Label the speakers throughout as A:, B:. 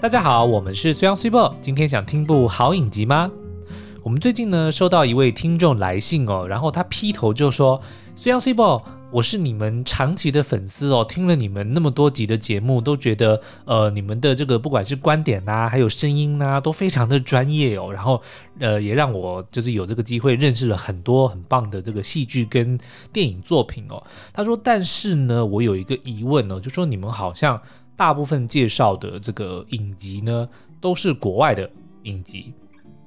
A: 大家好，我们是虽阳 Super，今天想听部好影集吗？我们最近呢收到一位听众来信哦，然后他劈头就说：“虽阳 Super，我是你们长期的粉丝哦，听了你们那么多集的节目，都觉得呃你们的这个不管是观点呐、还有声音呐、都非常的专业哦。然后呃也让我就是有这个机会认识了很多很棒的这个戏剧跟电影作品哦。他说，但是呢，我有一个疑问哦，就说你们好像大部分介绍的这个影集呢，都是国外的影集，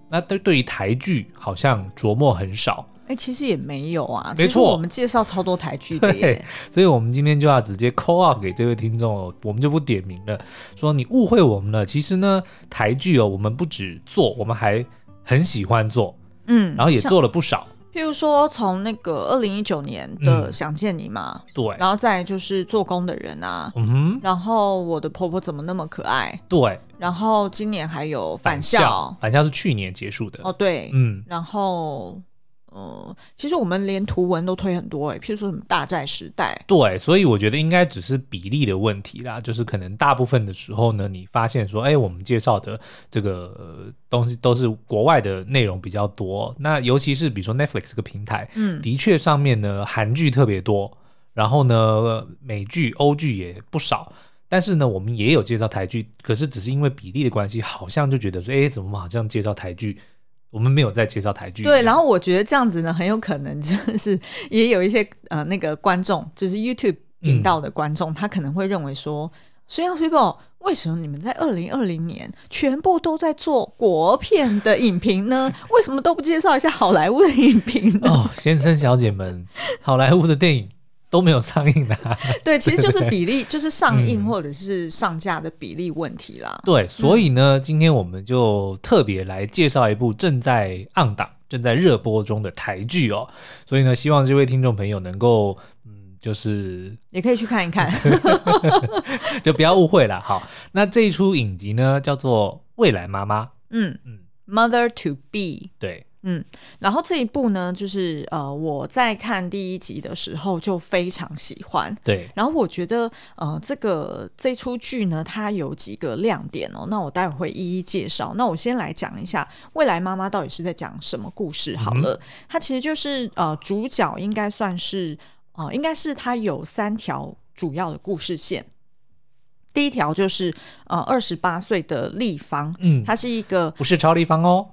A: 那对对于台剧好像琢磨很少。
B: 哎、其实也没有啊，
A: 没
B: 其实
A: 错
B: 我们介绍超多台剧的耶，
A: 所以我们今天就要直接 call out 给这位听众哦，我们就不点名了，说你误会我们了。其实呢，台剧哦，我们不止做，我们还很喜欢做，
B: 嗯，
A: 然后也
B: 像，
A: 做了不少。
B: 譬如说从那个二零一九年的
A: 嗯
B: 《想见你》嘛，
A: 对，
B: 然后再来就是做工的人啊，
A: 嗯哼，
B: 然后我的婆婆怎么那么可爱，
A: 对，
B: 然后今年还有返
A: 校，返校是去年结束的。
B: 哦对，
A: 嗯，
B: 然后呃，其实我们连图文都推很多哎，譬如说什么大债时代，
A: 对，所以我觉得应该只是比例的问题啦，就是可能大部分的时候呢，你发现说，哎，我们介绍的这个、呃东西都是国外的内容比较多，那尤其是比如说 Netflix 这个平台，
B: 嗯，
A: 的确上面呢韩剧特别多，然后呢美剧、欧剧也不少。但是呢，我们也有介绍台剧，可是只是因为比例的关系，好像就觉得说，哎，怎么好像介绍台剧，我们没有在介绍台剧。
B: 对，然后我觉得这样子呢，很有可能就是也有一些呃那个观众，就是
A: 嗯
B: YouTube 频道的观众，他可能会认为说，虽然 s u p e 为什么你们在二零二零年全部都在做国片的影 评呢？为什么都不介绍一下好莱坞的影评呢？
A: 哦，先生小姐们，好莱坞的电影都没有上映啊。
B: 对，其实就是 比例，就是上映
A: 嗯
B: 或者是上架的比例问题啦。
A: 对，所以呢，今天我们就特别来介绍一部正在暗档、正在热播中的台剧哦。所以呢，希望这位听众朋友能够，嗯，就是
B: 也可以去看一看。
A: 就不要误会了。好，那这一出影集呢，叫做《未来妈妈》。
B: 嗯
A: 嗯
B: ，Mother to be。
A: 对，
B: 嗯，然后这一部呢，就是呃，我在看第一集的时候就非常喜欢。
A: 对，
B: 然后我觉得，呃，这个这出剧呢，它有几个亮点哦。那我待会会一一介绍。那我先来讲一下《未来妈妈》到底是在讲什么故事好了。它其实就是呃，主角应该算是呃，应该是它有三条主要的故事线。第一条就是呃，二十八岁的立方，
A: 嗯，
B: 她是一个
A: 不是超立方哦。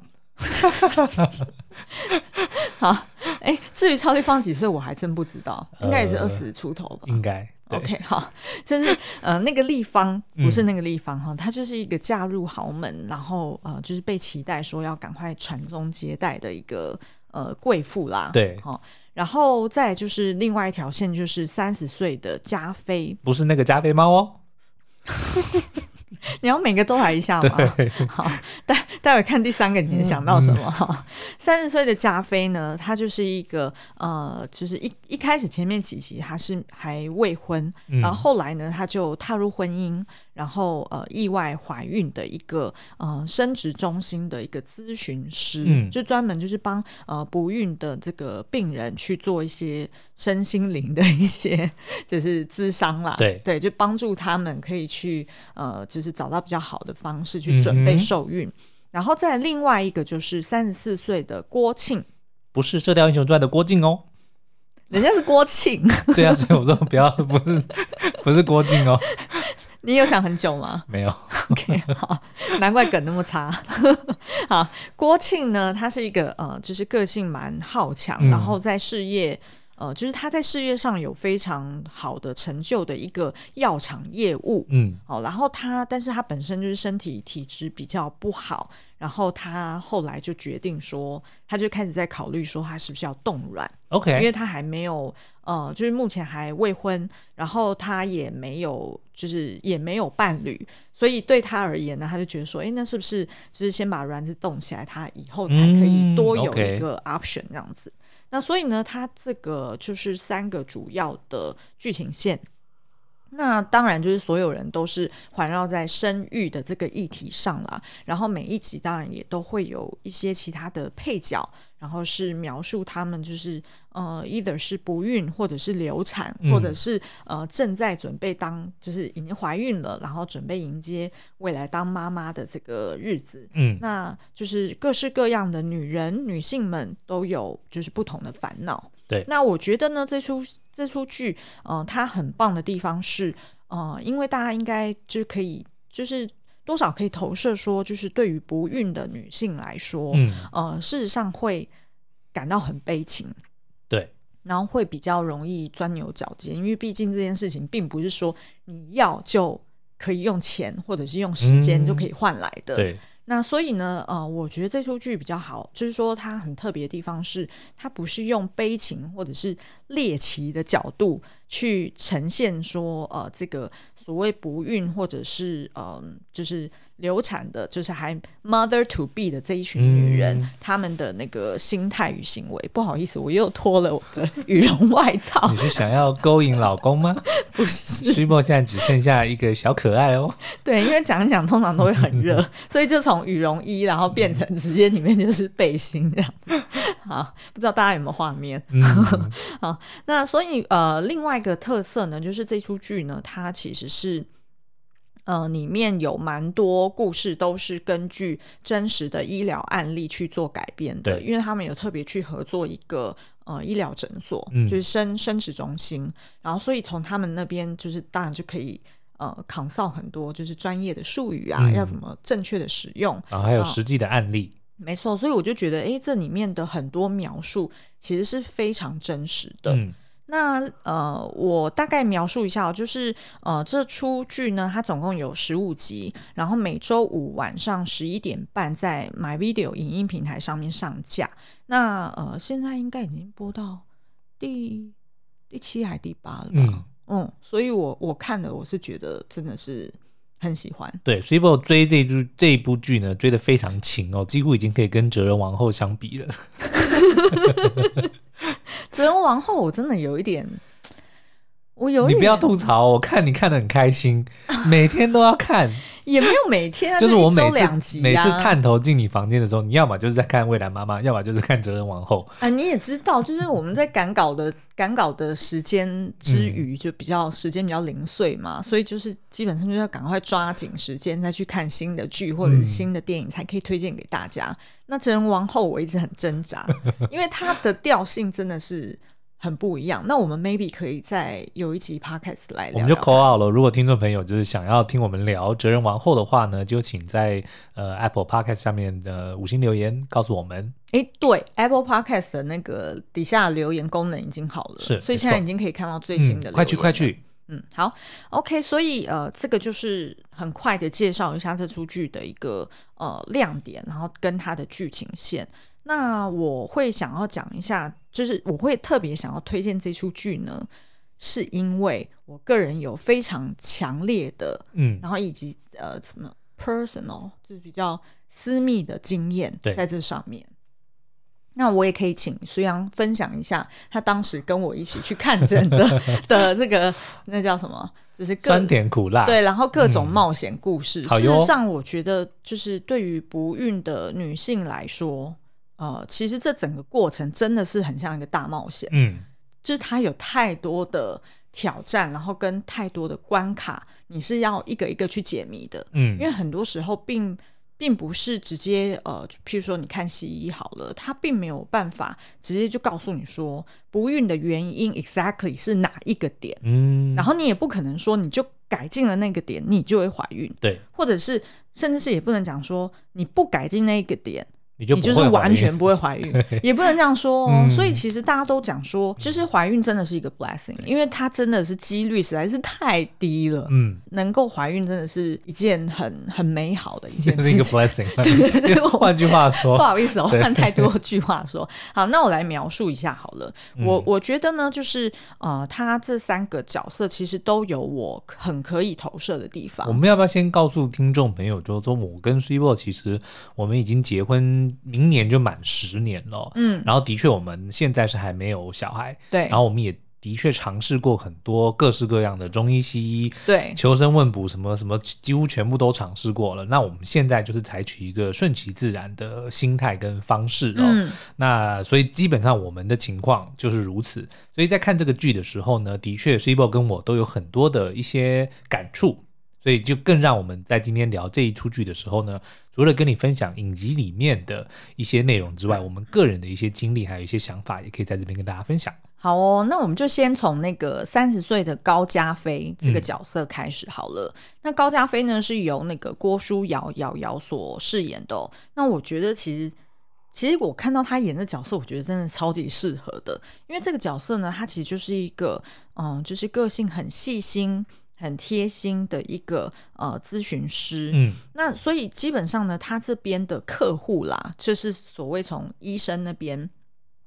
B: 哎，至于超立方几岁，我还真不知道，应该也是
A: 呃
B: 二十出头吧。
A: 应该对嗯
B: 哦 OK，好，就是呃，那个立方不是那个立方哈、她就是一个嫁入豪门，然后呃，就是被期待说要赶快传宗接代的一个呃贵妇啦。，
A: 对，
B: 好、然后再来就是另外一条线，就是三十岁的加菲，
A: 不是那个加菲猫哦。
B: 你要每个都来一下吗？ 好，待待会看第三个你能想到什么哈。三十岁的加菲呢，他就是一个呃，就是一一开始前面几集他是还未婚，
A: 嗯
B: 然后后来呢他就踏入婚姻，然后呃意外怀孕的一个呃生殖中心的一个咨询师，
A: 嗯
B: 就专门就是帮呃不孕的这个病人去做一些身心灵的一些 就是咨商啦，
A: 对
B: 对，就帮助他们可以去呃，就是找到比较好的方式去准备
A: 嗯哼
B: 受孕。然后再另外一个就是三十四岁的郭庆，
A: 不是《射雕英雄传》的郭靖哦。
B: 人家是郭庆，
A: 对啊，所以我说不要，不是不是郭靖哦，
B: 你有想很久吗
A: 没有。
B: ？OK，好，难怪梗那么差。 好，郭庆呢，他是一个呃，就是个性蛮好强，
A: 嗯
B: 然后在事业。呃，就是他在事业上有非常好的成就的一个药厂业务，
A: 嗯
B: 哦，然后他，但是他本身就是身体体质比较不好，然后他后来就决定说，他就开始在考虑说他是不是要冻卵，因
A: ，OK，
B: 为他还没有呃，就是目前还未婚，然后他也没有就是也没有伴侣，所以对他而言呢，他就觉得说，哎，那是不是就是先把卵子冻起来，他以后才可以
A: 嗯
B: 多有
A: ，OK
B: 一个 option 这样子。那所以呢，他这个就是三个主要的剧情线。那当然就是所有人都是环绕在生育的这个议题上啦，然后每一集当然也都会有一些其他的配角，然后是描述他们就是呃，either 是不孕，或者是流产，
A: 嗯
B: 或者是呃正在准备当就是已经怀孕了，然后准备迎接未来当妈妈的这个日子。
A: 嗯
B: 那就是各式各样的女人、女性们都有就是不同的烦恼。
A: 对
B: 那我觉得呢，这出这出剧，呃，它很棒的地方是，呃，因为大家应该就可以，就是多少可以投射说，就是对于不孕的女性来说，
A: 嗯，
B: 呃，事实上会感到很悲情，
A: 对，
B: 然后会比较容易钻牛角尖，因为毕竟这件事情并不是说你要就可以用钱或者是用时间
A: 嗯
B: 就可以换来的。
A: 对，
B: 那所以呢，呃，我觉得这出剧比较好，就是说它很特别的地方是，它不是用悲情或者是猎奇的角度去呈现说，呃，这个所谓不孕或者是呃，就是流产的，就是还 mother to be 的这一群女人，
A: 嗯
B: 她们的那个心态与行为。不好意思，我又脱了我的羽绒外套
A: 你，是想要勾引老公 吗？
B: 不是。
A: 徐博现在只剩下一个小可爱哦。
B: 对，因为讲一讲通常都会很热，所以就从羽绒衣，然后变成直接里面就是背心这样子。好，不知道大家有没有画面？
A: 嗯，
B: 那所以呃，另外一个特色呢，就是这出剧呢，它其实是。呃，里面有蛮多故事都是根据真实的医疗案例去做改编的，
A: 对
B: 因为他们有特别去合作一个呃医疗诊所，
A: 嗯
B: 就是生生殖中心，然后所以从他们那边就是当然就可以呃 consult 很多就是专业的术语啊，
A: 嗯
B: 要怎么正确的使用，
A: 然后还有实际的案例，
B: 没错，所以我就觉得诶，这里面的很多描述其实是非常真实的，
A: 嗯
B: 那呃，我大概描述一下哦，就是呃，这出剧呢，它总共有十五集，然后每周五晚上十一点半在 My Video 影音平台上面上架。那呃，现在应该已经播到第第七还第八了吧？嗯
A: 嗯，
B: 所以我我看了，我是觉得真的是很喜欢。
A: 对，所以我追这一部这一部剧呢，追得非常勤哦，几乎已经可以跟《哲人王后》相比了。
B: 《哲人王后》我真的有一点，我有一
A: 你
B: 点
A: 不要吐槽哦，我看你看得很开 心，每天都要看，
B: 也没有每天啊，
A: 就是
B: 一
A: 我
B: 周
A: 每
B: 两
A: 次
B: 集、啊、
A: 每次探头进你房间的时候，你要么就是在看《未来妈妈》，要么就是看《哲人王后》。
B: 啊，你也知道，就是我们在赶稿的赶稿的时间
A: 嗯
B: 之余，就比较时间比较零碎嘛，所以就是基本上就要赶快抓紧时间再去看新的剧或者
A: 嗯
B: 是新的电影，才可以推荐给大家。那《成人王后》我一直很挣扎，因为它的调性真的是很不一样。那我们 maybe 可以在有一集 podcast 来
A: 我
B: 聊
A: 们就
B: 聊
A: call out 了。如果听众朋友就是想要听我们聊《哲人王后》的话呢，就请在呃 Apple Podcast 下面的五星留言告诉我们。
B: 哎，对，Apple Podcast 的那个底下留言功能已经好了，
A: 是
B: 所
A: 没
B: 以现在
A: 错
B: 已经可以看到最新
A: 嗯
B: 的、，
A: 快去快！去，
B: 嗯，好，OK，所以呃，这个就是很快的介绍一下这出剧的一个呃亮点，然后跟它的剧情线。那我会想要讲一下，就是我会特别想要推荐这出剧呢，是因为我个人有非常强烈的，
A: 嗯，
B: 然后以及呃什么 personal 就是比较私密的经验
A: 对
B: 在这上面。那我也可以请苏阳分享一下他当时跟我一起去看诊 的的这个那叫什么，就是各
A: 酸甜苦辣，
B: 对，然后各种
A: 嗯
B: 冒险故事。
A: 好
B: 事
A: 哟
B: 实上，我觉得就是对于不孕的女性来说，呃，其实这整个过程真的是很像一个大冒险。
A: 嗯，
B: 就是它有太多的挑战，然后跟太多的关卡，你是要一个一个去解谜的。
A: 嗯
B: 因为很多时候并并不是直接呃，就譬如说你看西医好了，他并没有办法直接就告诉你说不孕的原因 exactly 是哪一个点，
A: 嗯，
B: 然后你也不可能说你就改进了那个点，你就会怀孕，
A: 对，
B: 或者是甚至是也不能讲说你不改进那个点，
A: 你就
B: 你
A: 不
B: 就是
A: 会怀
B: 完
A: 孕
B: 全不会怀孕， 也不能这样说哦。
A: 嗯
B: 所以其实大家都讲说，就是怀孕真的是一个 blessing，因为它真的是几率实在是太低了。
A: 嗯，
B: 能够怀孕真的是一件很很美好的一件
A: 这是一
B: 事
A: 个
B: 情。 对
A: blessing。
B: 我
A: 换句话
B: 不
A: 说，
B: 好意思、哦，我
A: 对
B: 换太多句话说。好，那我来描述一下好了。
A: 嗯
B: 我我觉得呢，就是呃，他这三个角色其实都有我很可以投射的地
A: 我
B: 方。
A: 们要不要先告诉听众朋友，就是说我跟 s u p e 其实我们已经结婚，明年就满十年了。
B: 嗯，
A: 然后的确，我们现在是还没有小孩，
B: 对
A: 然，后我们也的确尝试过很多各式各样的中医、西医、
B: 对，
A: 求生问卜，什么什么，几乎全部都尝试过了。那我们现在就是采取一个顺其自然的心态跟方式哦。
B: 嗯，
A: 那所以基本上我们的情况就是如此。所以在看这个剧的时候呢，的确 s i b o 跟我都有很多的一些感触，所以就更让我们在今天聊这一出剧的时候呢，除了跟你分享影集里面的一些内容之
B: 嗯
A: 外，我们个人的一些经历还有一些想法，也可以在这边跟大家分享。
B: 好哦，那我们就先从那个三十岁的高加菲这个角色开始好了。那高加菲呢是由那个郭书瑶瑶瑶所饰演的、哦。那我觉得其实，其实我看到她演的角色，我觉得真的超级适合的，因为这个角色呢，她其实就是一个嗯，就是个性很细心、很贴心的一个呃咨询师。
A: 嗯
B: 那所以基本上呢，她这边的客户啦，就是所谓从医生那边。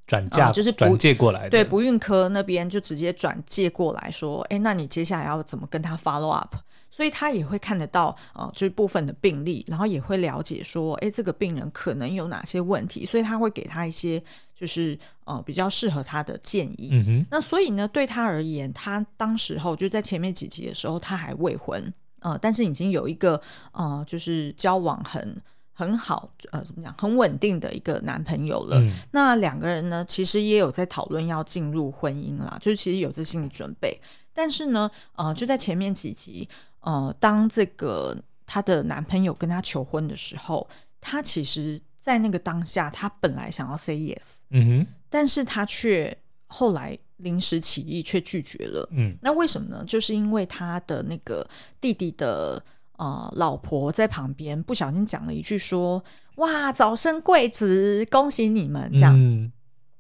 A: 转嫁、
B: 啊就是不
A: 转借过来的，
B: 对不孕科那边就直接转借过来说，哎，那你接下来要怎么跟他 follow up？所以他也会看得到，呃，就是部分的病例，然后也会了解说，哎，这个病人可能有哪些问题，所以他会给他一些就是呃比较适合他的建议。
A: 嗯哼，
B: 那所以呢，对他而言，他当时候就在前面几集的时候，他还未婚，呃，但是已经有一个呃，就是交往很很好，呃，怎么讲，很稳定的一个男朋友了。
A: 嗯
B: 那两个人呢，其实也有在讨论要进入婚姻啦，就是其实有这心理准备，但是呢，呃，就在前面几集，呃，当这个她的男朋友跟她求婚的时候，她其实，在那个当下，她本来想要 say yes，
A: 嗯哼，
B: 但是她却后来临时起意却拒绝了。
A: 嗯
B: 那为什么呢？就是因为他的那个弟弟的呃老婆在旁边不小心讲了一句说：“哇，早生贵子，恭喜你们！”这样，呃
A: 嗯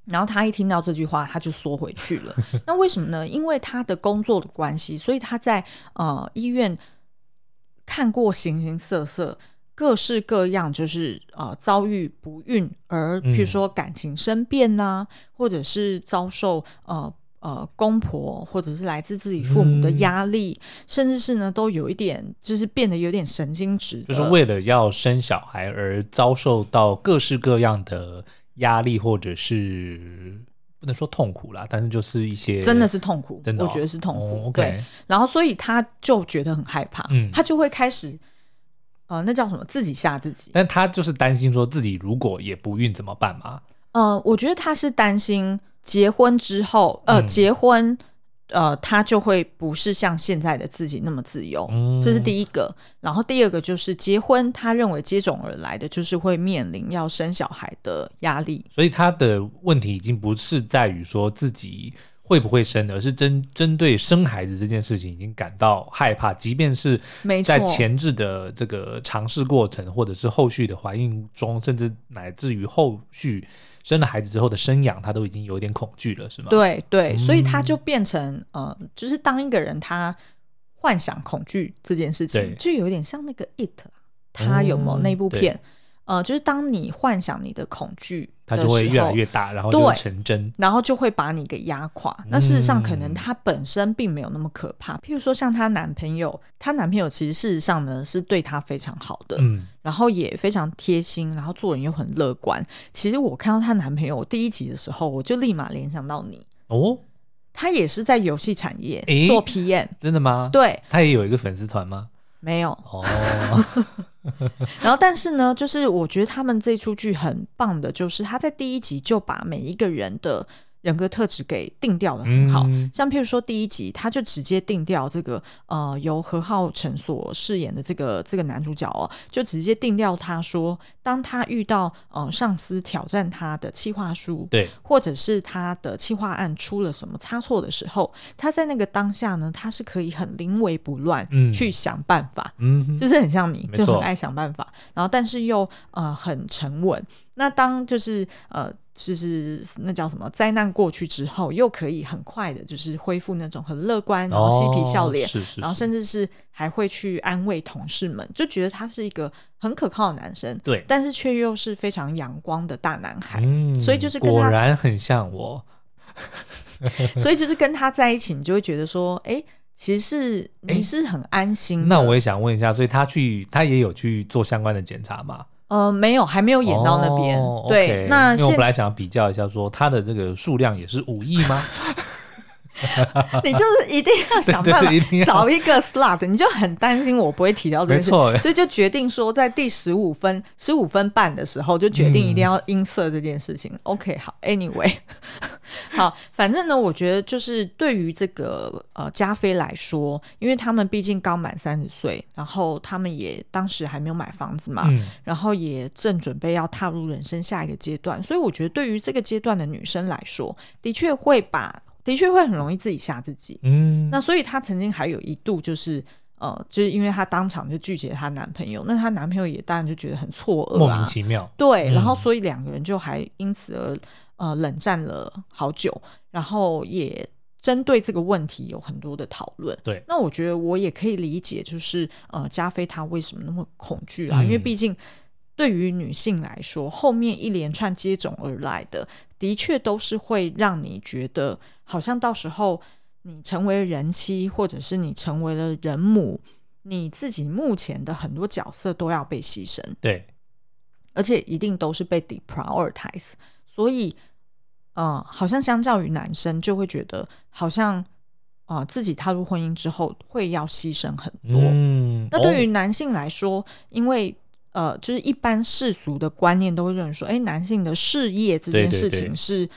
B: 然后他一听到这句话，他就缩回去 了。那为什么呢？因为他的工作的关系，所以他在呃医院看过形形色色、各式各样，就是呃遭遇不孕而，
A: 嗯
B: 譬如说感情生变呐、或者是遭受呃呃公婆或者是来自自己父母的压力，
A: 嗯
B: 甚至是呢都有一点就是变得有点神经质
A: 就
B: 的，
A: 是为了要生小孩而遭受到各式各样的压力，或者是不能说痛苦啦，但是就是一些
B: 真的是痛苦，
A: 真的哦、
B: 我觉得是痛苦，
A: 哦、
B: 对。
A: OK，
B: 然后所以他就觉得很害怕，
A: 嗯
B: 他就会开始，呃，那叫什么？自己吓自己。
A: 但他就是担心说自己如果也不孕怎么办嘛？
B: 呃，我觉得他是担心结婚之后，呃，
A: 嗯
B: 结婚，呃，他就会不是像现在的自己那么自由，
A: 嗯
B: 这是第一个。然后第二个就是结婚，他认为接踵而来的就是会面临要生小孩的压力。
A: 所以他的问题已经不是在于说自己会不会生，而是针针对生孩子这件事情已经感到害怕，即便是
B: 没错
A: 在前置的这个尝试过程，或者是后续的怀孕中，甚至乃至于后续生了孩子之后的生养，他都已经有点恐惧了，是吗？，
B: 对对，所以他
A: 嗯
B: 就变成呃，就是当一个人他幻想恐惧这件事
A: 对
B: 情，就有点像那个 it，啊他有没有
A: 嗯
B: 那部
A: 对
B: 片？呃，就是当你幻想你的恐惧
A: 他
B: 的
A: 就会
B: 时
A: 越来
B: 候
A: 越大，然后就会
B: 对
A: 成真。
B: 然后就会把你给压垮。那事实上，可能
A: 嗯
B: 她本身并没有那么可怕。譬如说，像她男朋友，她男朋友其实事实上呢是对她非常好的，
A: 嗯，
B: 然后也非常贴心，然后做人又很乐观。其实我看到她男朋友第一集的时候，我就立马联想到你。
A: 哦，
B: 他也是在游戏产业
A: 诶哦
B: 做 PM，
A: 真的吗？，
B: 对，
A: 他也有一个粉丝团吗？
B: 没有。
A: 哦，
B: 然后，但是呢，就是我觉得他们这出剧很棒的，就是他在第一集就把每一个人的人格特质给定掉的很好。
A: 嗯
B: 像譬如说第一集，他就直接定掉这个呃，由何浩晨所饰演的这个这个男主角哦，就直接定掉他说，当他遇到呃上司挑战他的企划书，
A: 对，
B: 或者是他的企划案出了什么差错的时候，他在那个当下呢，他是可以很临危不乱，
A: 嗯
B: 去想办法，
A: 嗯哼，
B: 就是很像你，
A: 没错
B: 就很爱想办法，然后但是又呃很沉稳。那当就是呃就是那叫什么灾难过去之后，又可以很快的，就是恢复那种很乐观，然后嬉皮笑脸
A: 哦，是是是，
B: 然后甚至是还会去安慰同事们，就觉得他是一个很可靠的男生，
A: 对，
B: 但是却又是非常阳光的大男孩。
A: 嗯
B: 所以就是跟
A: 果
B: 他
A: 然很像我，嗯
B: 所以就是跟他在一起，你就会觉得说，哎、其实是
A: 诶
B: 你是很安心的。
A: 哎那我也想问一下，所以他去，他也有去做相关的检查嘛？
B: 呃没有，还没有演到那边。
A: 哦
B: 对
A: OK，
B: 那
A: 因为我
B: 现
A: 本来想要比较一下，说他的这个数量也是五亿吗？
B: 你就是一定要想 办
A: 对对一定
B: 法
A: 要
B: 找一个 slot，你就很担心我不会提到这件事
A: 没错，
B: 所以就决定说在第十五分、十五分半的时候，就决定一定要音色这件事情。OK，好，Anyway，好，反正呢，我觉得就是对于这个呃加菲来说，因为他们毕竟刚满三十岁，然后他们也当时还没有买房子嘛，
A: 嗯
B: 然后也正准备要踏入人生下一个阶段，所以我觉得对于这个阶段的女生来说，的确会把，的确会很容易自己吓自己。
A: 嗯，
B: 那所以她曾经还有一度就是。呃，就是因为她当场就拒绝她男朋友，那她男朋友也当然就觉得很错愕、啊，
A: 莫名其妙，
B: 对，
A: 嗯
B: 然后所以两个人就还因此而呃冷战了好久，然后也针对这个问题有很多的讨论。
A: 对
B: 那我觉得我也可以理解，就是呃，加菲他为什么那么恐惧啊？因为
A: 嗯
B: 毕竟对于女性来说，后面一连串接踵而来的，的确都是会让你觉得好像到时候你成为人妻，或者是你成为了人母。你自己目前的很多角色都要被牺牲，
A: 对，
B: 而且一定都是被 deprioritize，所以，呃，好像相较于男生，就会觉得好像，啊、自己踏入婚姻之后会要牺牲很多。
A: 嗯，
B: 那对于
A: 于
B: 男性来说，因为呃，就是一般世俗的观念都会认为说，哎，男性的事业这
A: 对
B: 件
A: 对
B: 事
A: 对
B: 情是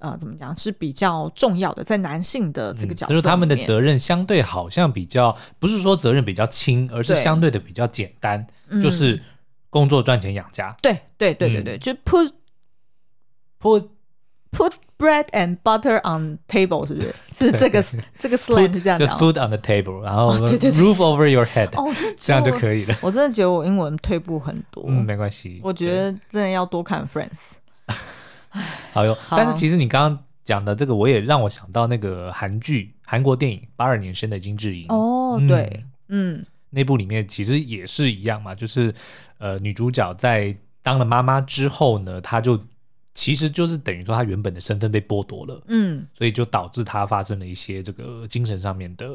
B: 呃怎么讲是比较重要的，在男性的这个角
A: 嗯就
B: 色里面、
A: 是他们的责任相对好像比较，不是说责任比较轻，而是
B: 对
A: 相对的比较简单，
B: 嗯
A: 就是工作赚钱养家。
B: 对对对
A: 嗯
B: 对对，就 put
A: 不
B: put bread and butter on table 是不是？是这 个这个 slang 是这样
A: 就
B: 讲吗
A: food on the table，然后
B: 哦对对对
A: roof over your head，
B: 哦，真的
A: 这样就
B: 以。
A: 可以了。
B: 我真的觉得我英文退步很多，
A: 嗯，没关系。
B: 我觉得真的要多看 Friends。
A: 对好哟。但是其实你刚刚讲的这个，我也让我想到那个韩剧、韩国电影《八二年生的金智英》
B: 哦
A: 嗯
B: 对，嗯
A: 那部里面其实也是一样嘛，就是呃，女主角在当了妈妈之后呢，她就其实就是等于说她原本的身份被剥夺了，
B: 嗯
A: 所以就导致她发生了一些这个精神上面的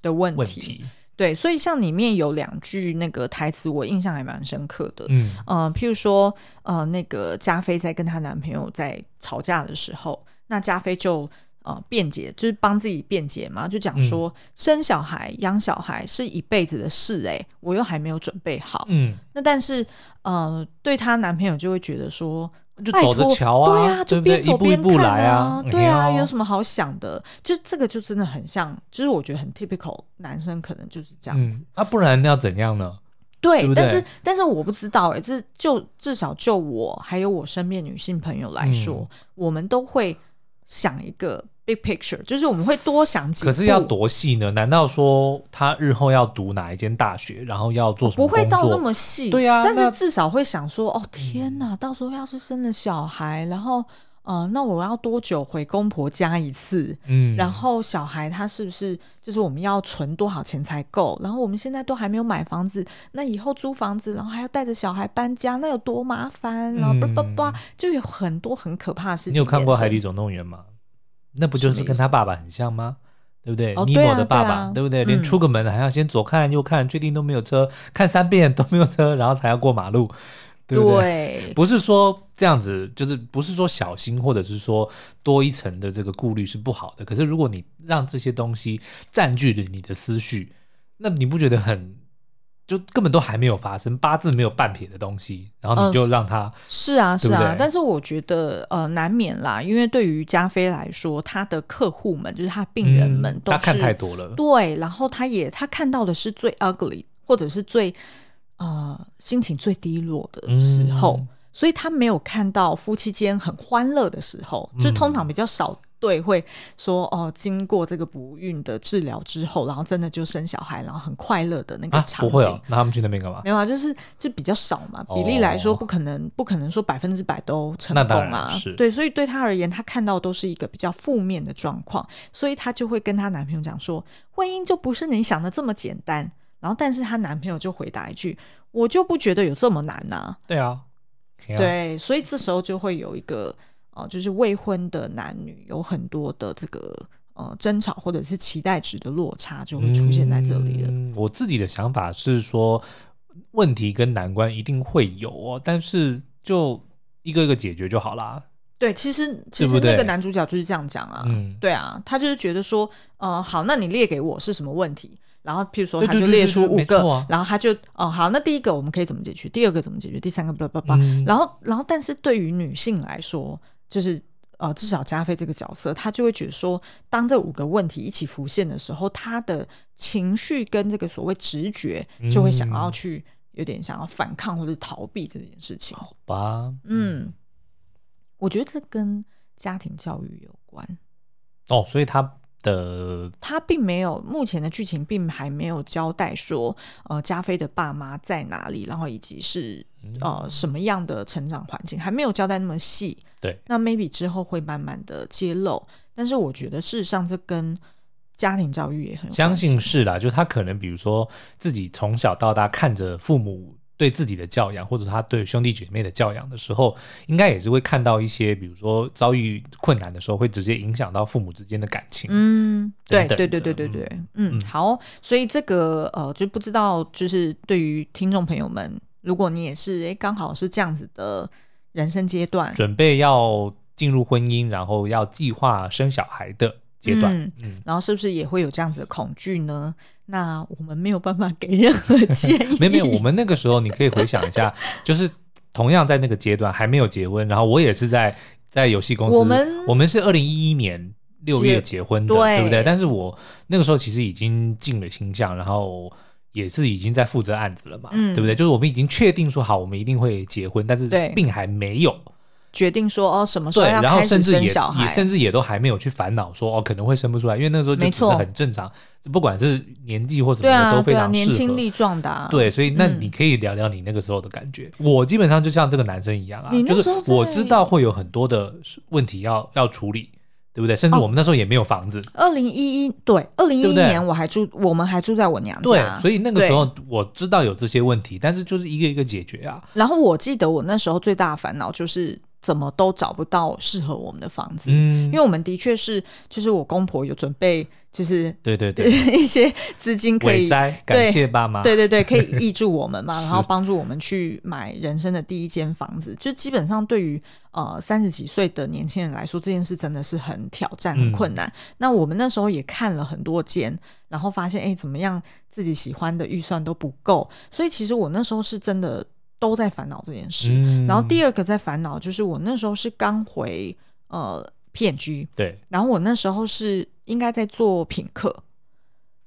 B: 的问
A: 问
B: 题，
A: 题。
B: 对，所以像里面有两句那个台词，我印象还蛮深刻的。
A: 嗯，
B: 呃，譬如说，呃，那个加菲在跟她男朋友在吵架的时候，那加菲就呃辩解，就是帮自己辩解嘛，就
A: 嗯
B: 讲说、生小孩、养小孩是一辈子的事、欸，哎，我又还没有准备好。
A: 嗯，
B: 那但是，呃，对她男朋友就会觉得说，
A: 就
B: 拜
A: 走着
B: 托
A: 瞧
B: 对
A: 啊，
B: 啊，就
A: 不对？
B: 边
A: 一
B: 走
A: 步一
B: 边
A: 步
B: 看
A: 来哎
B: 啊，对啊，有
A: 么？
B: 什么好想的？就这个就真的很像，就是我觉得很 typical 男生可能就是这样子。
A: 嗯，那、不然要怎样呢？
B: 对，
A: 对不
B: 但
A: 对
B: 是但是我不知道哎、欸，这就至少就我还有我身边女性朋友来说，
A: 嗯
B: 我们都会想一个 big picture，就是我们会多想几步。
A: 可是要多细呢？难道说他日后要读哪一间大学，然后要做什么
B: 不
A: 工作？
B: 会到那么细，
A: 对啊
B: 但
A: 那嗯
B: 是至少会想说，哦天哪，到时候要是生了小孩，然后呃，那我要多久回公婆家一次？
A: 嗯，
B: 然后小孩他是不是就是我们要存多少钱才够？然后我们现在都还没有买房子，那以后租房子，然后还要带着小孩搬家，那有多麻烦？然后叭叭叭，就有很多很可怕的事情。
A: 嗯你有看过《海底？总动员》吗？那不就
B: 什
A: 是
B: 么意
A: 跟他爸爸很像吗？对不对？
B: 哦
A: 尼
B: 对啊
A: 莫的爸
B: 对
A: 爸
B: 啊，
A: 不对？连
B: 嗯
A: 出个门还要先左看右看，确定都没有车， 看三遍都没有车，然后才要过马路，对不对？
B: 对
A: 不是说这样子，就是不是说小心，或者是说多一层的这个顾虑是不好的。可是如果你让这些东西占据了你的思绪，那你不觉得很就根本都还没有发生，八字没有半撇的东西，然后你
B: 嗯
A: 就让它
B: 是啊，
A: 对
B: 是
A: 不
B: 啊，
A: 对
B: 但是我觉得呃难免啦，因为对于加菲来说，他的客户们就是他病人们
A: 嗯
B: 都
A: 他
B: 是、
A: 看太多了，
B: 对，然后他也他看到的是最 ugly，或者是最呃心情最低落的时候，
A: 嗯
B: 所以他没有看到夫妻间很欢乐的时候，
A: 嗯
B: 就通常比较少。对，会说哦，经过这个不孕的治疗之后，然后真的就生小孩，然后很快乐的那个
A: 啊，
B: 场景。
A: 不会哦，那他们去那边干嘛？
B: 没有啊，就是就比较少嘛，
A: 哦
B: 比例来说不可能、不可能说百分之百都成
A: 那
B: 功
A: 当
B: 啊
A: 然是，
B: 对，所以对她而言，她看到都是一个比较负面的状况，所以她就会跟她男朋友讲说，婚姻就不是你想的这么简单。然后，但是她男朋友就回答一句：“我就不觉得有这么难呐、
A: 对啊，对啊，
B: 对，所以这时候就会有一个呃，就是未婚的男女有很多的这个呃争吵或者是期待值的落差就会出现在这里了。
A: 嗯我自己的想法是说，问题跟难关一定会有哦，但是就一个一个解决就好啦。
B: 对，其实其
A: 对不
B: 实那
A: 对
B: 个男主角就是这样讲啊，
A: 嗯
B: 对啊，他就是觉得说，呃，好，那你列给我是什么问题？然后，譬如说，
A: 对
B: 他
A: 对
B: 就
A: 对
B: 列
A: 对
B: 出
A: 对
B: 五
A: 没
B: 个，
A: 错啊
B: 然后他就，哦，好，那第一个我们可以怎么解决？第二个怎么解决？第三个，叭叭叭。
A: 嗯
B: 然后，然后，但是对于女性来说，就是呃，至少加菲这个角色，她就会觉得说，当这五个问题一起浮现的时候，她的情绪跟这个所谓直觉就会想要
A: 嗯
B: 去、有点想要反抗或者逃避这件事情。
A: 好吧，
B: 嗯，我觉得这跟家庭教育有关。
A: 哦，所以他的
B: 他并没有目前的剧情，并还没有交代说，呃，加菲的爸妈在哪里，然后以及是
A: 嗯
B: 呃什么样的成长环境，还没有交代那么细。
A: 对，
B: 那 maybe 之后会慢慢的揭露，但是我觉得事实上这跟家庭教育也很有
A: 相
B: 关系
A: 信是啦，就他可能比如说自己从小到大看着父母对自己的教养，或者他对兄弟姐妹的教养的时候，应该也是会看到一些，比如说遭遇困难的时候，会直接影响到父母之间的感情。
B: 嗯，对
A: 等等
B: 对对对
A: 的
B: 对
A: 嗯
B: 对，嗯，
A: 嗯
B: 好，所以这个呃，就不知道就是对于听众朋友们，如果你也是诶刚好是这样子的人生阶段，
A: 准备要进入婚姻，然后要计划生小孩的阶段，
B: 嗯
A: 嗯，
B: 然后是不是也会有这样子的恐惧呢？那我们没有办法给任何建议，
A: 没有没嗯有，我们那个时候你可以回想一 下，就是同样在那个阶段还没有结婚，然后我也是在在游戏公司，
B: 我们
A: 我们是二零一一年六月
B: 结
A: 结婚的，
B: 对
A: 对不对？但是我那个时候其实已经进了星象，然后。也是已经在负责案子了嘛，
B: 嗯
A: 对不对？就是我们已经确定说好，我们一定会结婚，但是
B: 对
A: 并还没有
B: 决定说哦什么时
A: 对，
B: 候要
A: 然后
B: 开
A: 甚
B: 始
A: 至
B: 生
A: 也
B: 小孩
A: 也，甚至也都还没有去烦恼说哦可能会生不出来，因为那时候就
B: 没
A: 只是
B: 错
A: 很正常，不管是年纪或什么
B: 对
A: 的、
B: 啊
A: 都非
B: 对啊，
A: 常适
B: 年
A: 合。
B: 轻力壮的、啊，
A: 对，所以那
B: 嗯
A: 你可以聊聊你那个时候的感觉。我基本上就像这个男生一样啊
B: 你，那
A: 就
B: 时候
A: 是我知
B: 在
A: 道会有很多的问题要要处理，对不对？甚至
B: 哦
A: 我们那时候也没有房子，
B: 二零一一对，二零一
A: 对
B: 一
A: 不对
B: 年我还住，我们还住在我娘家，
A: 对，所以那个
B: 对
A: 时候我知道有这些问题，但是就是一个一个解决啊。
B: 然后我记得我那时候最大的烦恼就是怎么都找不到适合我们的房子，
A: 嗯
B: 因，为我们的确是，就是我公婆有准备，就是
A: 对对对，
B: 一些资金可
A: 伟
B: 以。
A: 哉，感
B: 对
A: 谢爸妈。
B: 对对对，可以挹注我 们嘛，
A: 啊是
B: 然后帮助我们去买人生的第一间房子。就基本上对于呃三十几岁的年轻人来说，这件事真的是很挑战、很困难。
A: 嗯
B: 那我们那时候也看了很多间，然后发现哎，怎么样自己喜欢的预算都不够，所以其实我那时候是真的都在烦恼这件事。
A: 嗯
B: 然后第二个在烦恼就是我那时候是刚回呃 PNG，
A: 对，
B: 然后我那时候是应该在做品客，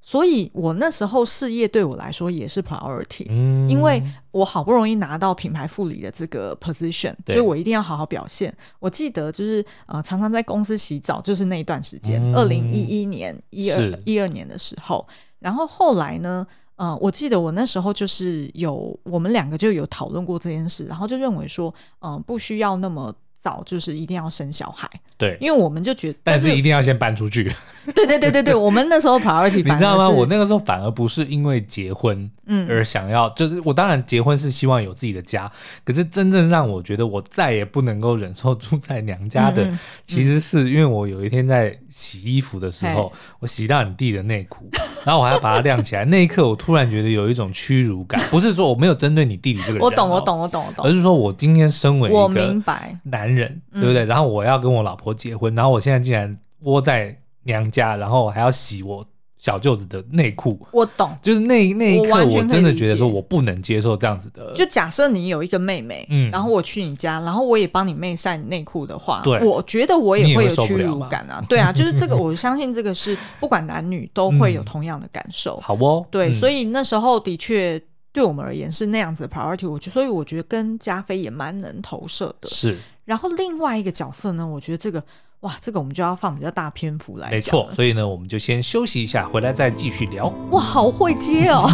B: 所以我那时候事业对我来说也是 priority，、
A: 嗯，
B: 因为我好不容易拿到品牌副理的这个 position，
A: 对
B: 所以我一定要好好表现。我记得就是呃，常常在公司洗澡，就是那一段时间，
A: 嗯
B: 二零一一年、一二
A: 是
B: 一二年的时候，然后后来呢？呃，我记得我那时候就是有我们两个就有讨论过这件事，然后就认为说，嗯、不需要那么早，就是一定要生小孩，
A: 对，
B: 因为我们就觉得，
A: 但是一定要先搬出去，
B: 对对对 对对，我们那时候 priority
A: 你
B: 反而
A: 知道吗？
B: 是
A: 我那个啊时候反而不是因为结婚，
B: 嗯
A: 而想要，就是我当然结婚是希望有自己的家，可是真正让我觉得我再也不能够忍受住在娘家的，
B: 嗯嗯
A: 其实是因为我有一天在洗衣服的时候，我洗到你弟的内裤， 然后我还要把它晾起来，那一刻我突然觉得有一种屈辱感，不是说我没有针对你弟弟这个人、
B: 我懂我，懂我懂我
A: 而
B: 懂，
A: 是说我今天身为
B: 我
A: 一
B: 明
A: 个
B: 白，
A: 男人，
B: 嗯
A: 对不对？然后我要跟我老婆结婚，然后我现在竟然窝在娘家，然后我还要洗我小舅子的内裤。
B: 我懂。
A: 就是那那一
B: 我
A: 刻，
B: 完全
A: 我
B: 可以
A: 真的
B: 理
A: 觉得
B: 解
A: 说我不能接受这样子的，
B: 就假设你有一个妹妹，
A: 嗯
B: 然后我去你家，然后我也帮你妹晒内裤的话，
A: 对
B: 我觉得我
A: 你也
B: 会
A: 会
B: 有
A: 受不
B: 屈
A: 了
B: 辱
A: 嘛
B: 感啊，对啊，就是这个，我相信这个是不管男女都会有同样的感受，
A: 好哦。
B: 对，所
A: 以
B: 以那时候的确对我们而言是那样子的 priority，我觉得，所以我觉得跟加菲也蛮能投射的。
A: 是
B: 然后另外一个角色呢，我觉得这个哇，这个我们就要放比较大篇幅来
A: 没
B: 讲了，
A: 错。所以呢，我们就先休息一下，回来再继续聊。
B: 哇，好会接哦！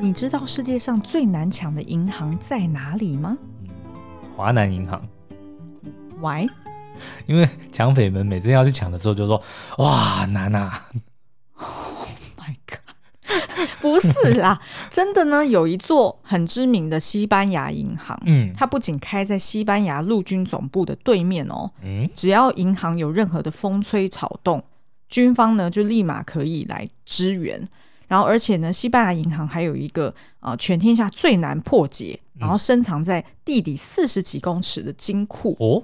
B: 你知道世界上最难抢的银行在哪里吗
A: 华南银行，
B: ？Why？
A: 因为抢匪们每次要去抢的时候，就说哇难啊，
B: My God，不是啦，真的呢，有一座很知名的西班牙银行，
A: 嗯
B: 它不仅开在西班牙陆军总部的对面哦，
A: 嗯，
B: 只要银行有任何的风吹草动，军方呢就立马可以来支援。然后而且呢，西班牙银行还有一个呃全天下最难破解，然后深藏在地底四十几公尺的金库。
A: 哦，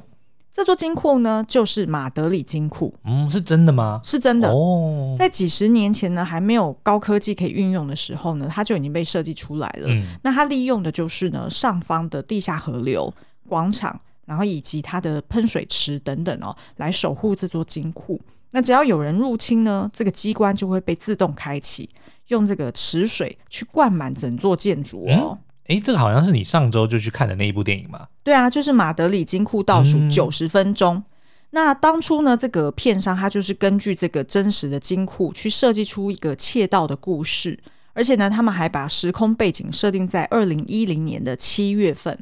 B: 这座金库呢，就是马德里金库，
A: 嗯，是真的吗？
B: 是真的。
A: 哦，
B: 在几十年前呢，还没有高科技可以运用的时候呢，它就已经被设计出来了。
A: 嗯
B: 那它利用的就是呢上方的地下河流、广场，然后以及它的喷水池等等哦，来守护这座金库。那只要有人入侵呢，这个机关就会被自动开启，用这个池水去灌满整座建筑哦。
A: 诶，这个好像是你上周就去看的那一部电影嘛？
B: 对啊，就是马德里金库倒数
A: 嗯
B: 九十分钟。那当初呢，这个片商他就是根据这个真实的金库去设计出一个窃盗的故事，而且呢，他们还把时空背景设定在二零一零年的七月份，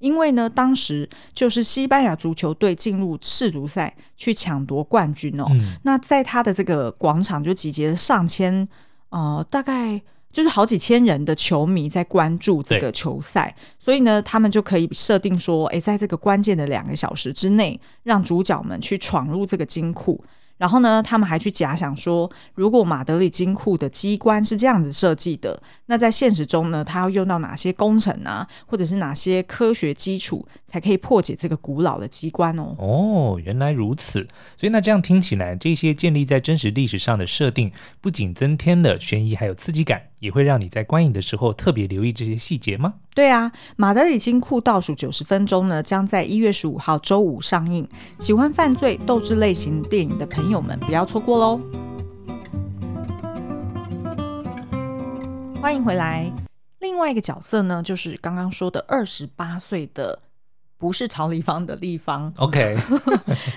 B: 因为呢，当时就是西班牙足球队进入世足赛去抢夺冠军哦。
A: 嗯，
B: 那在他的这个广场就集结了上千，呃，大概就是好几千人的球迷在关注这个球赛，所以呢，他们就可以设定说，诶，在这个关键的两个小时之内，让主角们去闯入这个金库。然后呢，他们还去假想说，如果马德里金库的机关是这样子设计的，那在现实中呢，它要用到哪些工程啊，或者是哪些科学基础，才可以破解这个古老的机关哦？
A: 哦，原来如此。所以那这样听起来，这些建立在真实历史上的设定，不仅增添了悬疑还有刺激感，也会让你在观影的时候特别留意这些细节吗？
B: 对啊，马德里金库倒数九十分钟呢，将在一月十五号周五上映。喜欢犯罪、斗智类型电影的朋友们，不要错过喽！欢迎回来。另外一个角色呢，就是刚刚说的二十八岁的，不是曹立方的立方。
A: OK，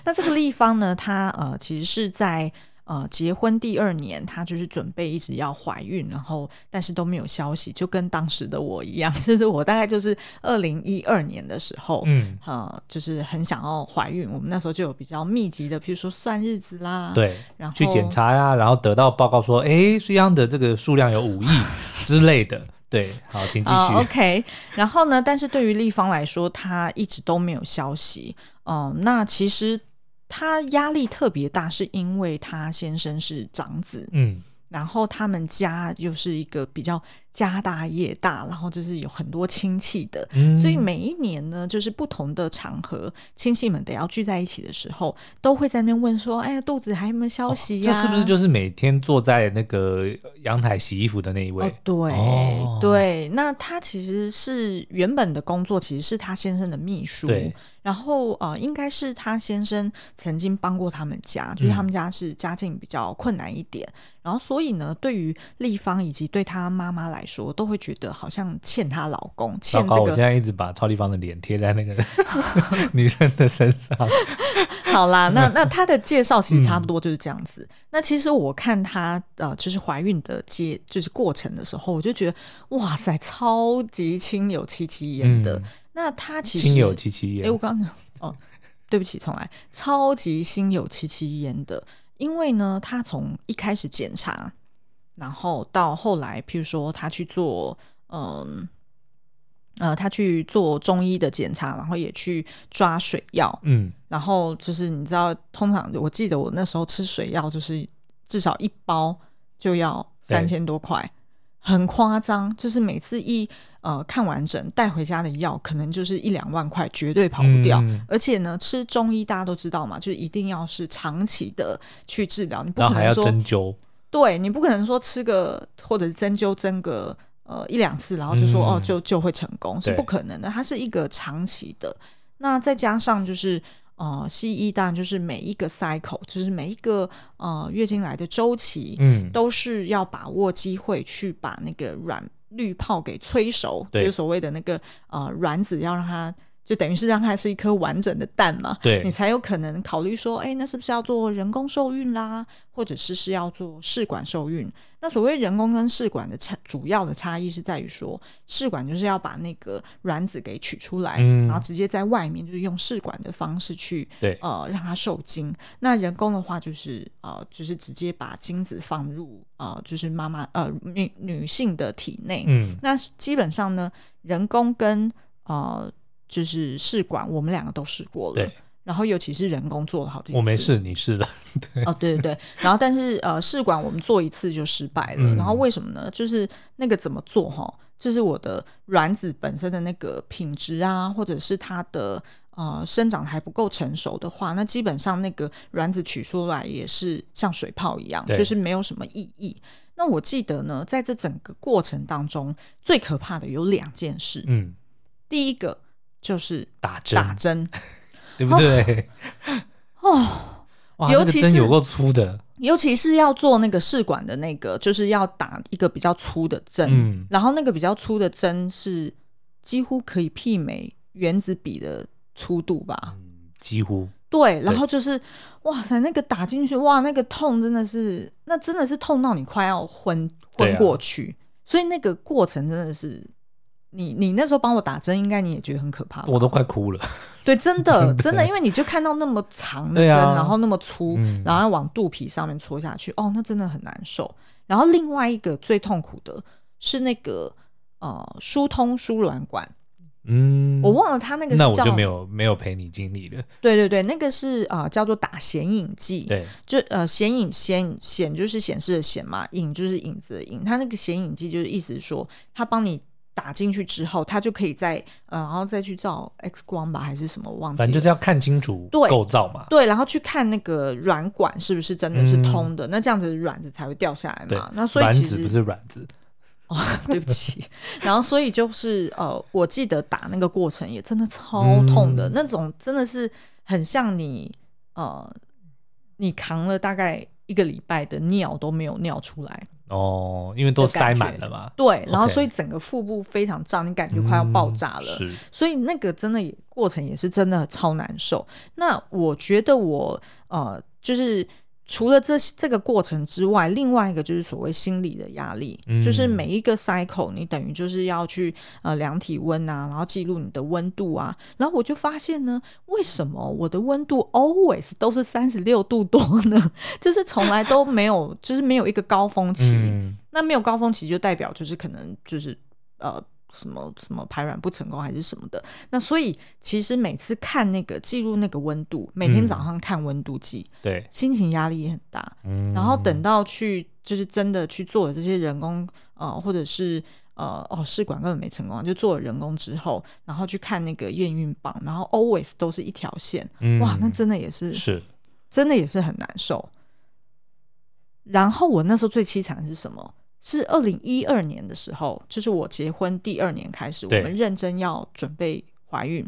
B: 那这个立方呢，她呃其实是在呃结婚第二年，她就是准备一直要怀孕，然后但是都没有消息，就跟当时的我一样， 就是我大概就是二零一二年的时候。
A: 嗯，
B: 呃，就是很想要怀孕，我们那时候就有比较密集的，譬如说算日子啦，，
A: 对，
B: 然后
A: 去检查呀、然后得到报告说，诶，虽然的这个数量有五 亿之类的。对，好，请继续。
B: 啊、o k 然后呢，但是对于立方来说，他一直都没有消息。嗯、那其实他压力特别大，是因为他先生是长子，
A: 嗯，
B: 然后他们家又是一个比较家大业大，然后就是有很多亲戚的，
A: 嗯
B: 所以每一年呢，就是不同的场合，亲戚们得要聚在一起的时候，都会在那边问说：“哎呀，肚子还有没有消息呀、
A: 这是不是就是每天坐在那个阳台洗衣服的那一位？
B: 哦，对、
A: 哦
B: 对，那他其实是原本的工作其实是他先生的秘书
A: 对，
B: 然后呃，应该是他先生曾经帮过他们家，就
A: 嗯
B: 是他们家是家境比较困难一点，然后所以呢，对于立方以及对她妈妈来说，都会觉得好像欠她老公，
A: 糟
B: 欠这
A: 糕！我
B: 个
A: 现在一直把超立方的脸贴在那个 女生的身上。
B: 好啦， 那那她的介绍其实
A: 嗯
B: 差不多就是这样子。那其实我看她呃，就是怀孕的接就是过程的时候，我就觉得哇塞，超级亲友戚戚焉的。
A: 嗯
B: 那她其实
A: 亲友戚戚
B: 哎、
A: 焉。
B: 我刚 刚哦，对不起，重来，超级心有戚戚焉的。因为呢，她从一开始检查，然后到后来，譬如说她去做嗯。呃，她去做中医的检查，然后也去抓水药，
A: 嗯，
B: 然后就是你知道，通常我记得我那时候吃水药，就是至少一包就要
A: 对
B: 三千多块，很夸张。就是每次一呃看完整带回家的药，可能就是一两万块，绝对跑不掉。
A: 嗯
B: 而且呢，吃中医大家都知道嘛，就是一定要是长期的去治疗，你不
A: 然
B: 可
A: 后还要
B: 能说
A: 针灸。
B: 对你不可能说吃个或者是针灸针个呃一两次，然后就说、
A: 嗯
B: 哦就就会成功是
A: 对
B: 不可能的，它是一个长期的。那再加上就是呃西医当然就是每一个 cycle，就是每一个呃月经来的周期，
A: 嗯，
B: 都是要把握机会去把那个卵滤泡给催熟，就
A: 对
B: 是所谓的那个呃卵子要让它。就等于是让它是一颗完整的蛋嘛，
A: 对
B: 你才有可能考虑说，哎、那是不是要做人工受孕啦，或者是是要做试管受孕？那所谓人工跟试管的差，主要的差异是在于说，试管就是要把那个卵子给取出来，
A: 嗯
B: 然后直接在外面就是用试管的方式去
A: 对
B: 呃让它受精。那人工的话就是呃就是直接把精子放入呃就是妈妈呃女女性的体内。
A: 嗯，
B: 那基本上呢，人工跟呃就是试管，我们两个都试过了
A: 对。
B: 然后尤其是人工做了好几次，
A: 我没事，你是了，
B: 哦，对对对，然后但是呃，试管我们做一次就失败了，
A: 嗯
B: 然后为什么呢？就是那个怎么做哈，就是我的卵子本身的那个品质啊，或者是它的呃生长得还不够成熟的话，那基本上那个卵子取出来也是像水泡一样，
A: 对
B: 就是没有什么意义。那我记得呢，在这整个过程当中，最可怕的有两件事，
A: 嗯，
B: 第一个就是
A: 打针，
B: 打针，
A: 对不对？
B: 哦，
A: 哇，
B: 尤
A: 那个
B: 其
A: 针
B: 是
A: 有够粗的，
B: 尤其是要做那个试管的那个，就是要打一个比较粗的针，
A: 嗯
B: 然后那个比较粗的针是几乎可以媲美原子笔的粗度吧？
A: 嗯，几乎，
B: 对，然后就是哇塞，那个打进去，哇，那个痛真的是，那真的是痛到你快要昏
A: 对
B: 昏
A: 啊
B: 过去，所以那个过程真的是。你你那时候帮我打针，应该你也觉得很可怕吧。
A: 我都快哭了。
B: 对，真 的
A: 真的
B: 真的，因为你就看到那么长的
A: 对
B: 针，
A: 啊
B: 然后那么粗，
A: 嗯
B: 然后要往肚皮上面戳下去，哦，那真的很难受。然后另外一个最痛苦的是那个呃疏通输卵管，
A: 嗯，
B: 我忘了它那个
A: 那
B: 是
A: 我
B: 叫
A: 就没有没有陪你经历了。
B: 对对对，那个是啊、呃叫做打显影剂，
A: 对，
B: 就呃显影显显就是显示的显嘛，影就是影子的影，它那个显影剂就是意思是说，它帮你打进去之后，它就可以再呃然后再去照 X 光吧还是什么，我忘记了，
A: 反正就是要看清楚
B: 对
A: 构造嘛。
B: 对，然后去看那个软管是不是真的是通的，那这样子卵子才会掉下来
A: 嗯对
B: 嘛。那所以
A: 嗯卵
B: 其
A: 子
B: 实
A: 不是卵子，
B: 哦， 对不起。然后所以就是呃，我记得打那个过程也真的超痛的，
A: 嗯
B: 那种真的是很像你呃，你扛了大概一个礼拜的尿都没有尿出来，
A: 哦，因为都
B: 的
A: 塞
B: 感觉
A: 满了嘛，
B: 对，然后
A: OK
B: 所以整个腹部非常胀，你感觉快要爆炸了。
A: 嗯是，
B: 所以那个真的也过程也是真的超难受。那我觉得我呃，就是除了这这个过程之外，另外一个就是所谓心理的压力，
A: 嗯
B: 就是每一个 cycle 你等于就是要去呃量体温啊，然后记录你的温度啊。然后我就发现呢，为什么我的温度 always 都是三十六度多呢？ 就是从来都没有，就是没有一个高峰期。
A: 嗯，
B: 那没有高峰期就代表就是可能就是呃什么什么排卵不成功还是什么的。那所以其实每次看那个记录那个温度，每天
A: 嗯
B: 早上看温度计，
A: 对，
B: 心情压力也很大。
A: 嗯，
B: 然后等到去就是真的去做了这些人工呃或者是。呃哦，试管根本没成功，就做了人工之后，然后去看那个验孕棒，然后 always 都是一条线，
A: 嗯
B: 哇，那真的也是
A: 是
B: 真的也是很难受。然后我那时候最凄惨的是什么？是二零一二年的时候，就是我结婚第二年开始，我
A: 对
B: 们认真要准备怀孕。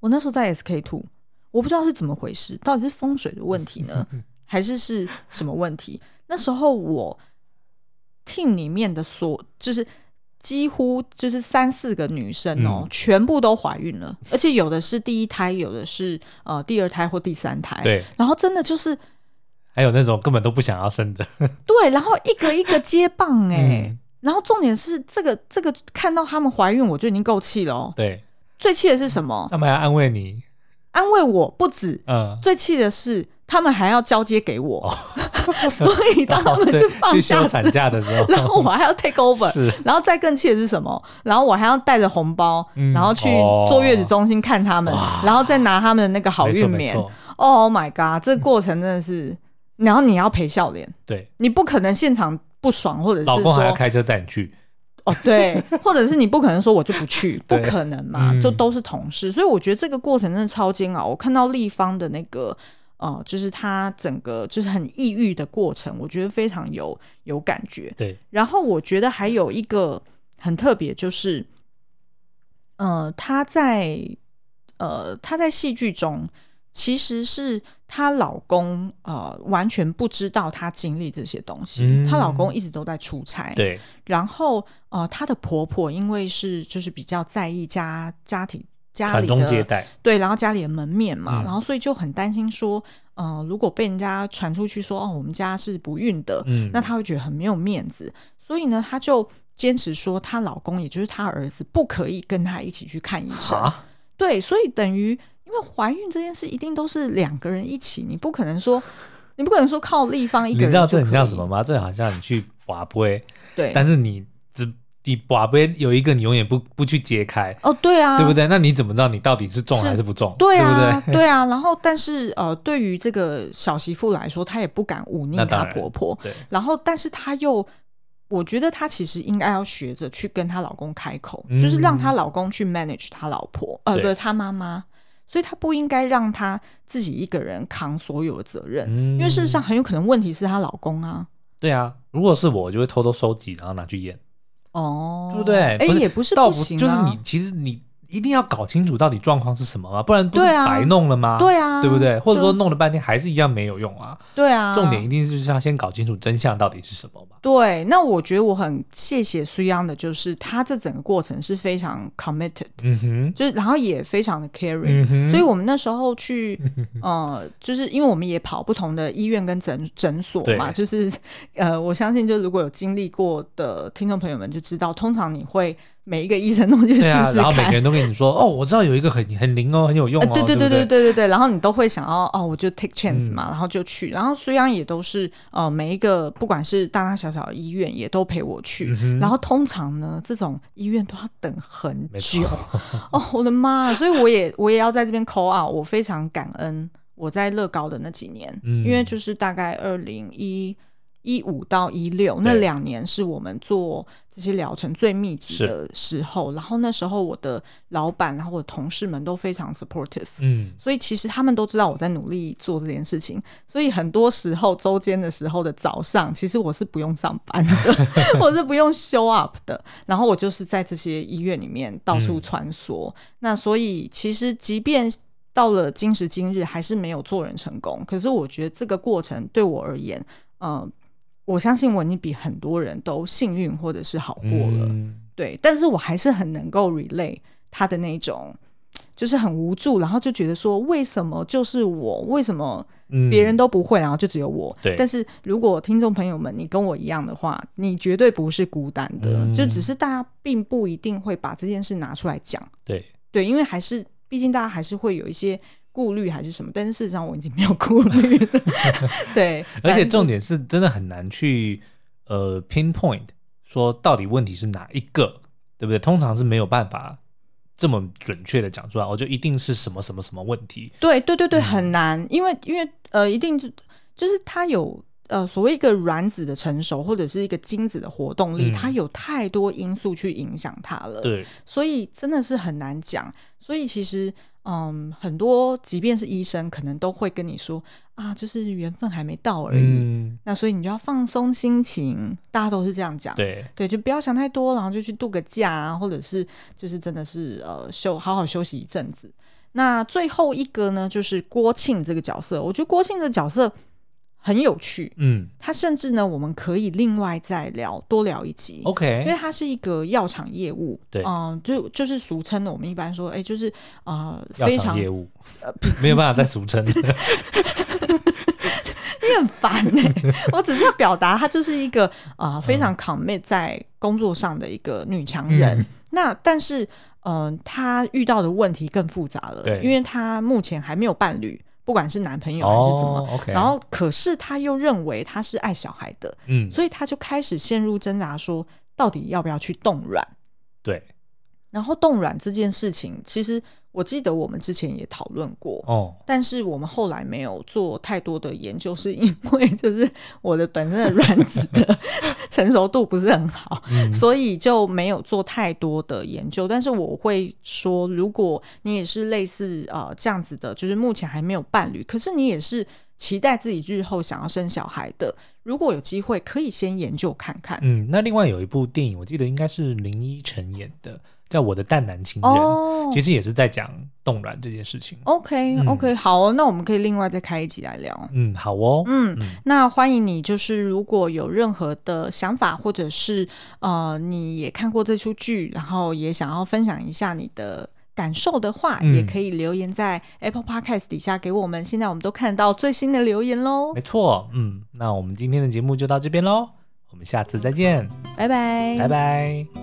B: 我那时候在 SK two，我不知道是怎么回事，到底是风水的问题 呢，还是是什么问题？那时候我 team 里面的所就是几乎就是三四个女生哦，
A: 嗯
B: 全部都怀孕了，而且有的是第一胎，有的是呃第二胎或第三胎。
A: 对，
B: 然后真的就是
A: 还有那种根本都不想要 生的，
B: 对，然后一个一个接棒哎、
A: 嗯
B: 然后重点是这个这个看到他们怀孕我就已经够气了哦，
A: 对，
B: 最气的是什么？
A: 他们还安慰你，
B: 安慰我不止，
A: 嗯，
B: 最气的是他们还要交接给我， 所以当他们
A: 哦对
B: 去放
A: 去
B: 假
A: 休
B: 之后
A: 产假的时候，
B: 然后我还要 take over，
A: 是
B: 然后再更气的是什么？然后我还要带着红包，
A: 嗯
B: 然后去
A: 哦
B: 坐月子中心看他们，然后再拿他们的那个好
A: 没错
B: 运
A: 没
B: 棉。
A: 错
B: Oh my god！这个过程真的是，然后你要陪笑脸，
A: 对，
B: 你不可能现场不爽，或者是
A: 老公还要
B: 说
A: 开车载你去，
B: 哦对， 或者是你不可能说我就不去，不
A: 对
B: 可能嘛，
A: 嗯
B: 就都是同事，所以我觉得这个过程真的超煎熬。我看到立方的那个。呃，就是他整个就是很抑郁的过程，我觉得非常有有感觉。
A: 对，
B: 然后我觉得还有一个很特别，就是，呃，她在呃她在戏剧中其实是她老公呃完全不知道她经历这些东西，
A: 嗯
B: 她老公一直都在出差，
A: 对，
B: 然后呃她的婆婆因为是就是比较在意家家庭家
A: 传
B: 里
A: 宗接
B: 的
A: 代，
B: 对，然后家里的门面嘛，
A: 嗯
B: 然后所以就很担心说，呃，如果被人家传出去说哦我们家是不孕的，
A: 嗯，
B: 那她会觉得很没有面子，所以呢，她就坚持说她老公，也就是她儿子，不可以跟她一起去看医生。
A: 啊，
B: 对，所以等于因为怀孕这件事一定都是两个人一起，你不可能说， 你不可能说靠立方一
A: 你
B: 个人
A: 知道
B: 就
A: 这很
B: 可
A: 像
B: 以
A: 什么？吗？这好像你去瓦杯，
B: 对，
A: 但是你只。你把边有一个你永远不不去揭开，
B: 哦，对啊，
A: 对不对？那你怎么知道你到底是中
B: 是
A: 还是不中？
B: 对啊，
A: 对不对？
B: 对啊，然后但是呃，对于这个小媳妇来说，她也不敢忤逆
A: 那当
B: 她
A: 然
B: 婆婆，
A: 对
B: 然后但是她又，我觉得她其实应该要学着去跟她老公开口，
A: 嗯
B: 就是让她老公去 manage 她老婆，呃，
A: 对
B: 不是她妈妈，所以她不应该让她自己一个人扛所有的责任，
A: 嗯
B: 因为事实上很有可能问题是她老公啊，
A: 对啊，如果是我，我就会偷偷收集，然后拿去验，
B: 哦，
A: 对不对？
B: 哎，也不是
A: 倒
B: 不
A: 不
B: 行、啊，
A: 就是你其实你一定要搞清楚到底状况是什么嘛，不然不是
B: 对啊
A: 白弄了吗？
B: 对啊，
A: 对不对？或者说弄了半天还是一样没有用啊！
B: 对啊，
A: 重点一定是要先搞清楚真相到底是什么嘛。
B: 对，那我觉得我很谢谢苏央的，就是他这整个过程是非常 committed，
A: 嗯哼，
B: 就是然后也非常的 caring，、
A: 嗯哼，
B: 所以我们那时 候去，呃，就是因为我们也跑不同的医院跟诊诊所嘛，就是呃，我相信就如果有经历过的听众朋友们就知道，通常你会每一个医生都去试
A: 对啊，
B: 试
A: 然后每个
B: 看。
A: 人都跟你说，哦，我知道有一个很很灵哦，很有用
B: 呃
A: 哦，
B: 对
A: 对
B: 对
A: 不
B: 对对对对，然后你都会想要哦，我就 take chance
A: 嗯
B: 嘛，然后就去，然后苏央也都是呃每一个不管是大大小小的医院也都陪我去，
A: 嗯哼
B: 然后通常呢，这种医院都要等很
A: 没
B: 久
A: 错
B: 哦，我的妈！所以我也我也要在这边扣啊，我非常感恩我在乐高的那几年，
A: 嗯
B: 因为就是大概二零一一五到一六那
A: 对
B: 两年是我们做这些疗程最密集的时候，然后那时候我的老板，然后我的同事们都非常 supportive，
A: 嗯，
B: 所以其实他们都知道我在努力做这件事情，所以很多时候周间的时候的早上，其实我是不用上班的， 我是不用 show up 的，然后我就是在这些医院里面到处穿梭。那所以其实即便到了今时今日，还是没有做人成功，可是我觉得这个过程对我而言，呃，我相信我已经比很多人都幸运或者是好过了。
A: 嗯
B: 对，但是我还是很能够 relay 他的那种，就是很无助，然后就觉得说，为什么就是我，为什么
A: 嗯
B: 别人都不会，然后就只有我？
A: 对
B: 但是如果听众朋友们你跟我一样的话，你绝对不是孤单的，
A: 嗯
B: 就只是大家并不一定会把这件事拿出来讲，
A: 对，
B: 对，因为还是毕竟大家
A: 嗯
B: 还是会有一些。顾虑还是什么？但是事实上我已经没有顾虑了。 对，
A: 而且
B: 反正
A: 重点是真的很难去呃 pinpoint 说到底问题是哪一个，对不对？通常是没有办法这么准确的讲出来，哦我就一定是什么什么什么问题。
B: 对对对
A: 嗯
B: 对，很难，因为因为呃，一定就就是它有呃所谓一个卵子的成熟或者是一个精子的活动力，
A: 嗯
B: 它有太多因素去影响它了，
A: 对，
B: 所以真的是很难讲。所以其实嗯，很多即便是医生，可能都会跟你说啊，就是缘分还没到而已。
A: 嗯，
B: 那所以你就要放松心情，大家都是这样讲。
A: 对，
B: 对，就不要想太多，然后就去度个假啊，或者是就是真的是呃休好好休息一阵子。那最后一个呢，就是郭庆这个角色，我觉得郭庆这个角色很有趣，
A: 嗯
B: 他甚至呢，我们可以另外再聊多聊一集。因为
A: ，OK，
B: 他是一个药厂业务，
A: 对
B: 嗯、就就是俗称的，我们一般说，哎、就是啊、呃
A: 药
B: 非
A: 厂
B: 常呃
A: 业务 没有办法再俗 称，
B: 你很烦呢、 我只是要表达，她就是一个
A: 嗯
B: 啊、呃非常 commit 在工作上的一个女强人。
A: 嗯
B: 那但是，嗯、她遇到的问题更复杂了
A: 对，
B: 因为她目前还没有伴侣，不管是男朋友还是什么。
A: 哦，OK，
B: 然后，可是她又认为她是爱小孩的，
A: 嗯，
B: 所以她就开始陷入挣扎说到底要不要去冻卵？
A: 对，
B: 然后冻卵这件事情，其实我记得我们之前也讨论过，
A: 哦，
B: 但是我们后来没有做太多的研究，是因为 就是我的本身的卵 子的成熟度不是很好，
A: 嗯
B: 所以就没有做太多的研究。但是我会说，如果你也是类似呃这样子的，就是目前还没有伴侣，可是你也是期待自己日后想要生小孩的，如果有机会，可以先研究看看。
A: 嗯，那另外有一部电影，我记得应该是林依晨演的，叫《我的淡男情人》，
B: 哦
A: 嗯其实也是在讲冻卵这件事情。
B: ，OK
A: 嗯
B: OK，、好、哦，那我们可以另外再开一集来聊。
A: 嗯，好哦，
B: 嗯
A: 嗯，
B: 那欢迎你，就是如果有任何的想法，或者是呃，你也看过这出剧，然后也想要分享一下你的感受的话，
A: 嗯
B: 也可以留言在 Apple Podcast 底下给我们。现在我们都看得到最新的留言喽
A: 没，错，嗯，那我们今天的节目就到这边喽，我们下次再见，
B: 拜拜，
A: 拜拜。